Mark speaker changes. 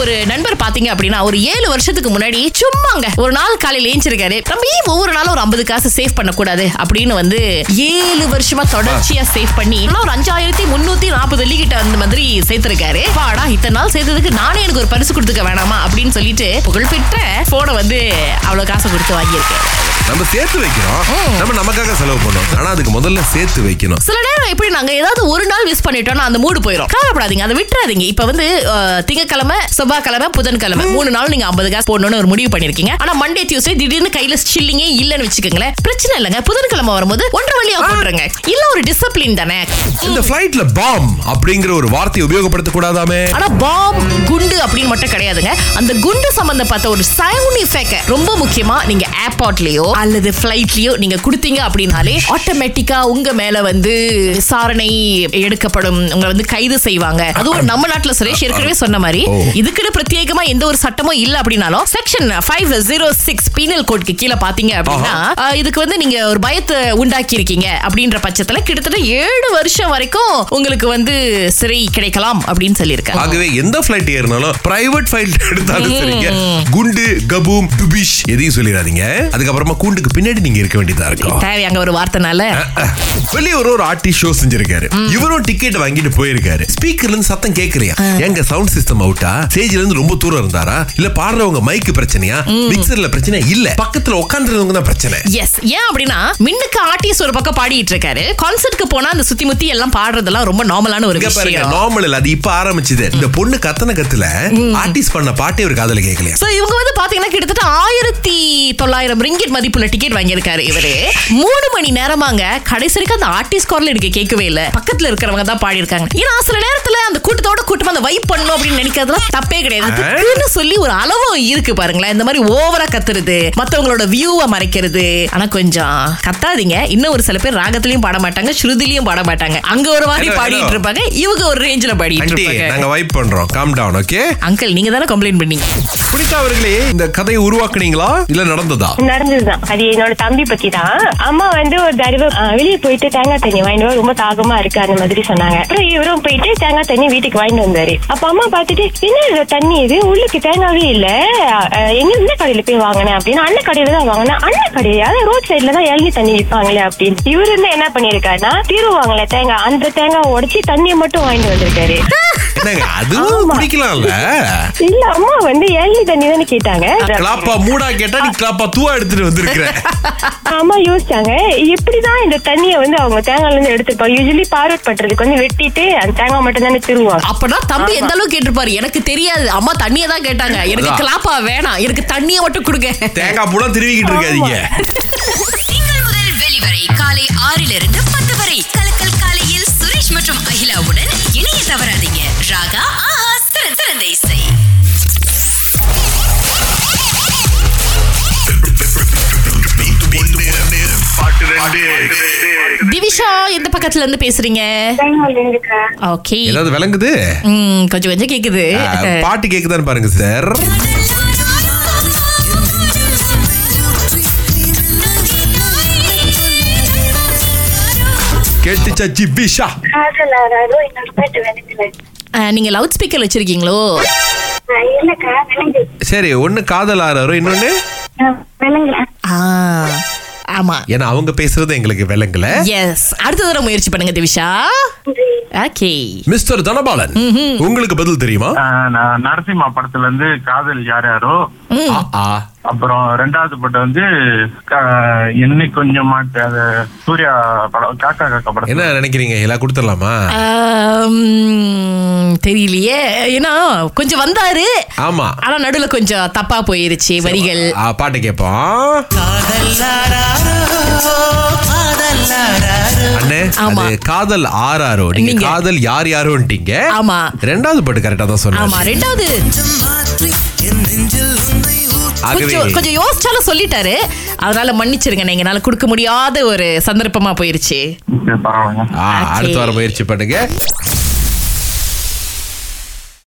Speaker 1: ஒரு நண்பர் பாத்தீங்க அப்படின்னா ஒரு ஏழு வருஷத்துக்கு முன்னாடி சும்மாங்க ஒரு நாள் காலையில ஏஞ்சிருக்காரு நம்ம ஏன் ஒவ்வொரு நாளும் ஒரு ஐம்பது காசு சேவ் பண்ணக்கூடாது அப்படின்னு வந்து ஏழு வருஷமா தொடர்ச்சியா சேவ் பண்ணி ஆனா ஒரு அஞ்சாயிரத்தி முன்னூத்தி நாற்பது வெள்ளி கிட்ட அந்த மாதிரி சேர்த்திருக்காரு பாடா இத்தனை நாள் சேர்த்ததுக்கு நானே எனக்கு ஒரு பரிசு கொடுத்துக்க வேணாமா அப்படின்னு சொல்லிட்டு புகழ்பெற்ற போனை வந்து அவ்வளவு காசு கொடுத்து வாங்கியிருக்காரு
Speaker 2: நம்ம சேர்த்து வைக்கிறோம் நம்ம நமக்காக செலவு பண்ணோம் ஆனா அதுக்கு முதல்ல சேர்த்து வைக்கணும்
Speaker 1: சில நேரம் எப்படி நாங்க ஏதாவது ஒரு நாள் மிஸ் பண்ணிட்டோம்னா அந்த மூடு போயிடும் கவலைப்படாதீங்க அதை விட்டுறாதீங்க இப்ப வந்து அஹ், திங்கட்கிழமை செவ்வாய்க்கிழமை புதன்கிழமை மூணு நாள் நீங்க ஐம்பது காசு போடணும்னு ஒரு முடிவு பண்ணிருக்கீங்க ஆனா மண்டே டியூஸ்டே திடீர்னு கையில சில்லிங்கே இல்லன்னு வச்சுக்கோங்களேன் பிரச்சனை இல்லைங்க புதன்கிழமை வரும்போது ஒன்றரை வழியா போடுறங்க இல்ல ஒரு டிசிப்ளின் தானே
Speaker 2: இந்த ஃபிளைட்ல பாம் அப்படிங்கிற ஒரு வார்த்தையை உபயோகப்படுத்த கூடாதாமே
Speaker 1: ஆனா பாம் குண்டு அப்படின்னு மட்டும் கிடையாதுங்க அந்த குண்டு சம்பந்தப்பட்ட ஒரு சவுண்ட் எஃபெக்ட் ரொம்ப முக்கியமா நீங்க ஏர்போர்ட்லயோ அல்லது பிளைட்லயோ நீங்க கொடுத்தீங்க அப்படின்னாலே ஆட்டோமேட்டிக்கா உங்க மேல வந்து விசாரணை எடுக்கப்படும் உங்களை வந்து கைது செய்வாங்க அதுவும் நம்ம நாட்டுல சுரேஷ் ஏற்கனவே சொன்ன மாதிரி
Speaker 2: ஓ.
Speaker 1: இதுக்குன்னு பிரத்யேகமா எந்த ஒரு சட்டமும் இல்ல அப்படின்னாலும் oh section five zero six penal கோட்க்கு கீழே பாத்தீங்க அப்படின்னா அஹ், இதுக்கு வந்து நீங்க ஒரு பயத்தை உண்டாக்கி இருக்கீங்க அப்படின்ற பட்சத்துல கிட்டத்தட்ட ஏழு வருஷம் வரைக்கும் உங்களுக்கு வந்து சிறை கிடைக்கலாம் அப்படின்னு சொல்லியிருக்காங்க
Speaker 2: ஆகவே எந்த ஃபிளைட் ஏறினாலும் பிரைவேட் ஃபிளைட் எடுத்தாலும் சரிங்க குண்டு கபூம் டுபிஷ் எதையும் சொல்லிடாதீங்க அதுக்கப்புறமா கூண்டுக்கு பின்னாடி நீங்க இருக்க வேண்டியதா இருக்கும்
Speaker 1: தேவையாங்க ஒரு வார்த்தைனால
Speaker 2: வெளியூர் ஒரு ஆர்டிஸ்ட் ஷோ செஞ்சிருக்காரு இவரும் டிக்கெட் வாங்கிட்டு போயிருக்காரு ஸ்பீக்கர்ல இருந்து சத்தம் கேக்குறியா எங்க சவுண்ட் சிஸ்டம் அவுட்டா ஸ்டேஜ்ல இருந்து ரொம்ப தூரம் இருந்தாரா இல்ல பாடுறவங்க மைக்கு பிரச்சனையா மிக்சர்ல பிரச்சனை இல்ல பக்கத்துல உட்காந்துருந்தவங்க தான் பிரச்சனை
Speaker 1: எஸ் ஏன் அப்படின்னா மின்னுக்கு ஆர்டிஸ்ட் ஒரு பக்கம் பாடிட்டு இருக்காரு கான்சர்ட்க்கு போனா அந்த சுத்தி முத்தி எல்லாம் பாடுறதெல்லாம் ரொம்ப நார்மலான ஒரு
Speaker 2: இங்க பாருங்க
Speaker 1: விஷயம்
Speaker 2: நார்மல் இல்ல அது இப்ப ஆரம்பிச்சது இந்த பொண்ணு கத்தன கத்துல ஆர்டிஸ்ட் பண்ண பாட்டே ஒரு காதல கேட்கலையா
Speaker 1: சோ இவங்க வந்து பாத்தீங்கன்னா கிட்டத்தட்ட ஆயிரத்தி தொள்ளாயிரம் ரிங்கிட் மதிப்புள்ள டிக்கெட் வாங்கியிருக்காரு இவரு மூணு மணி நேரமாங்க கடைசி வரைக்கும் அந்த ஆர்டிஸ்ட் குரல் எனக்கு கேட்கவே இல்ல பக்கத்துல இருக்கிறவங்க தான் பாடியிருக்காங்க ஏன்னா சில நேரத்துல அந்த கூட்டத்தோட கூட்டமா அந்த வைப் பண்ணணும் அப்படின்னு நினைக்கிறதுலாம் தப்பே கிடையாது திக்குன்னு சொல்லி ஒரு அளவும் இருக்கு பாருங்களேன் இந்த மாதிரி ஓவரா கத்துறது மத்தவங்களோட வியூவை மறைக்கிறது ஆனா கொஞ்சம் கத்தாதீங்க இன்னும் ஒரு சில பேர் ராகத்திலயும் பாட மாட்டாங்க ஸ்ருதிலையும் பாட மாட்டாங்க அங்க ஒரு மாதிரி
Speaker 2: Hello,
Speaker 1: பாடிட்டு
Speaker 2: hello.
Speaker 1: இருப்பாங்க இவங்க ஒரு ரேஞ்சில பாடிட்டு
Speaker 2: ஆண்டி
Speaker 1: இருப்பாங்க
Speaker 2: நாங்க வைப் பண்றோம் காம் டவுன் ஓகே
Speaker 1: அங்கிள் நீங்க தானே கம்ப்ளைண்ட் பண்ணீங்க
Speaker 2: புனிதா அவர்களே இந்த கதையை உருவாக்குனீங்களா இல்ல நடந்ததா
Speaker 3: நடந்ததுதான் அது என்னோட தம்பி பத்தி தான் அம்மா வந்து ஒரு தடவை ஆ, வெளியே போயிட்டு தேங்காய் தண்ணி வாங்கிட்டு வா, ரொம்ப தாகமா இருக்கு அந்த மாதிரி சொன்னாங்க அப்புறம் இவரும் போயிட்டு தேங்காய் தண்ணி வீட்டுக்கு வாங்கிட்டு வந்தாரு அப்ப அம்மா பார்த்துட்டு என்ன இது தண்ணி இது உள்ளுக்கு தேங்காவே இல்ல ஆ, எங்க இந்த கடையில போய் வாங்கினேன் அப்படின்னு அண்ணன் கடையில தான் வாங்கினேன் அண்ணன் கடையில அதான் ரோட் சைட்ல தான் இளநி தண்ணி விற்பாங்களே அப்படின்னு இவரு வந்து என்ன பண்ணிருக்காருன்னா தீருவாங்களே தேங்காய் அந்த தேங்காய் உடைச்சு தண்ணியை மட்டும் வாங்கிட்டு வந்திருக்காரு
Speaker 2: என்னங்க அதுவும்
Speaker 3: ஆமா.
Speaker 2: குடிக்கலாம்ல
Speaker 3: இல்ல அம்மா வந்து இளநி தண்ணி தானே கேட்டாங்க
Speaker 2: கிளாப்பா மூடா கேட்டா நீ கிளாப்பா தூவா எடுத்துட்டு வந்திருக்கிற
Speaker 3: அம்மா யோசிச்சாங்க எப்படிதான் இந்த தண்ணிய வந்து அவங்க தேங்காய்ல இருந்து எடுத்துப்பாங்க யூஸ்வலி பார்வட் பண்றதுக்கு வந்து வெட்டிட்டு அந்த தேங்காய் மட்டும் தானே திருவாங்க
Speaker 1: அப்பனா தம்பி எந்த அளவுக்கு கேட்டிருப்பாரு எனக்கு தெரியாது அம்மா தண்ணியை தான் கேட்டாங்க எனக்கு
Speaker 2: அதான்.
Speaker 1: கிளாப்பா வேணாம் எனக்கு தண்ணியை மட்டும் கொடுங்க
Speaker 2: தேங்காய் பூடா திருவிக்கிட்டு இருக்காதீங்க
Speaker 4: திங்கள் முதல் வெளிவரை காலை ஆறிலிருந்து பத்து வரை கலக்கல் காலையில் சுரேஷ் மற்றும் அகிலாவுடன் இணைய தவறாதீங்க ராகா ஆஹா சிறந்த சிறந்த இசை
Speaker 1: திவிஷா எந்த பக்கத்துல இருந்து பேசுறீங்க ஓகே
Speaker 2: ஏதாவது விளங்குது
Speaker 1: ம், கொஞ்சம் கொஞ்சம் கேக்குது
Speaker 2: ஆ, பாட்டு கேக்குதான்னு பாருங்க சார் கேட்டுச்சா ஜிபிஷா
Speaker 1: ஆ, நீங்க லவுட் ஸ்பீக்கர் வச்சிருக்கீங்களோ
Speaker 2: சரி ஒண்ணு காதல் ஆறாரோ இன்னொன்னு
Speaker 1: ஆ, ஆமா
Speaker 2: ஏன்னா அவங்க பேசுறது எங்களுக்கு விளங்கல
Speaker 1: எஸ் அடுத்த தடவை முயற்சி பண்ணுங்க திவிஷா ஓகே
Speaker 2: மிஸ்டர் தனபாலன் உங்களுக்கு பதில் தெரியுமா
Speaker 5: ஆஹ் நான் நரசிம்மா படத்துல இருந்து காதல் யார் யாரோ
Speaker 2: ஆ, ஆ.
Speaker 5: அப்புறம் ரெண்டாவது படம் வந்து கா- என்னை கொஞ்சம் மாட்டு அது சூர்யா படம் காக்கா காக்கா படம்
Speaker 2: என்ன நினைக்கிறீங்க எல்லாம் கொடுத்துடலாமா
Speaker 1: தெரியலையே ஏன்னா கொஞ்சம் வந்தாரு
Speaker 2: ஆமா
Speaker 1: ஆனா நடுவுல கொஞ்சம் தப்பா போயிருச்சு வரிகள்
Speaker 2: ஆ, பாட்டு கேட்போம் அண்ணே,
Speaker 1: ஆமா.
Speaker 2: அது காதல் ஆறாரோ நீங்க
Speaker 1: நீங்க.
Speaker 2: காதல் யார் யாரோன்ட்டீங்க
Speaker 1: ஆமா.
Speaker 2: ரெண்டாவது பாட்டு கரெக்டா தான்
Speaker 1: ஆமா
Speaker 2: சொன்னாங்க
Speaker 1: ரெண்டாவது
Speaker 2: ஆகவே
Speaker 1: கொஞ்சம் கொஞ்சம் யோசிச்சாலும் சொல்லிட்டாரு அதனால மன்னிச்சிருங்க நான் எங்கனால கொடுக்க முடியாத ஒரு சந்தர்ப்பமா போயிடுச்சு
Speaker 5: பரவாயில்ல
Speaker 2: ஆ,
Speaker 1: Okay.
Speaker 2: அடுத்த வாரம் முயற்சி பண்ணுங்க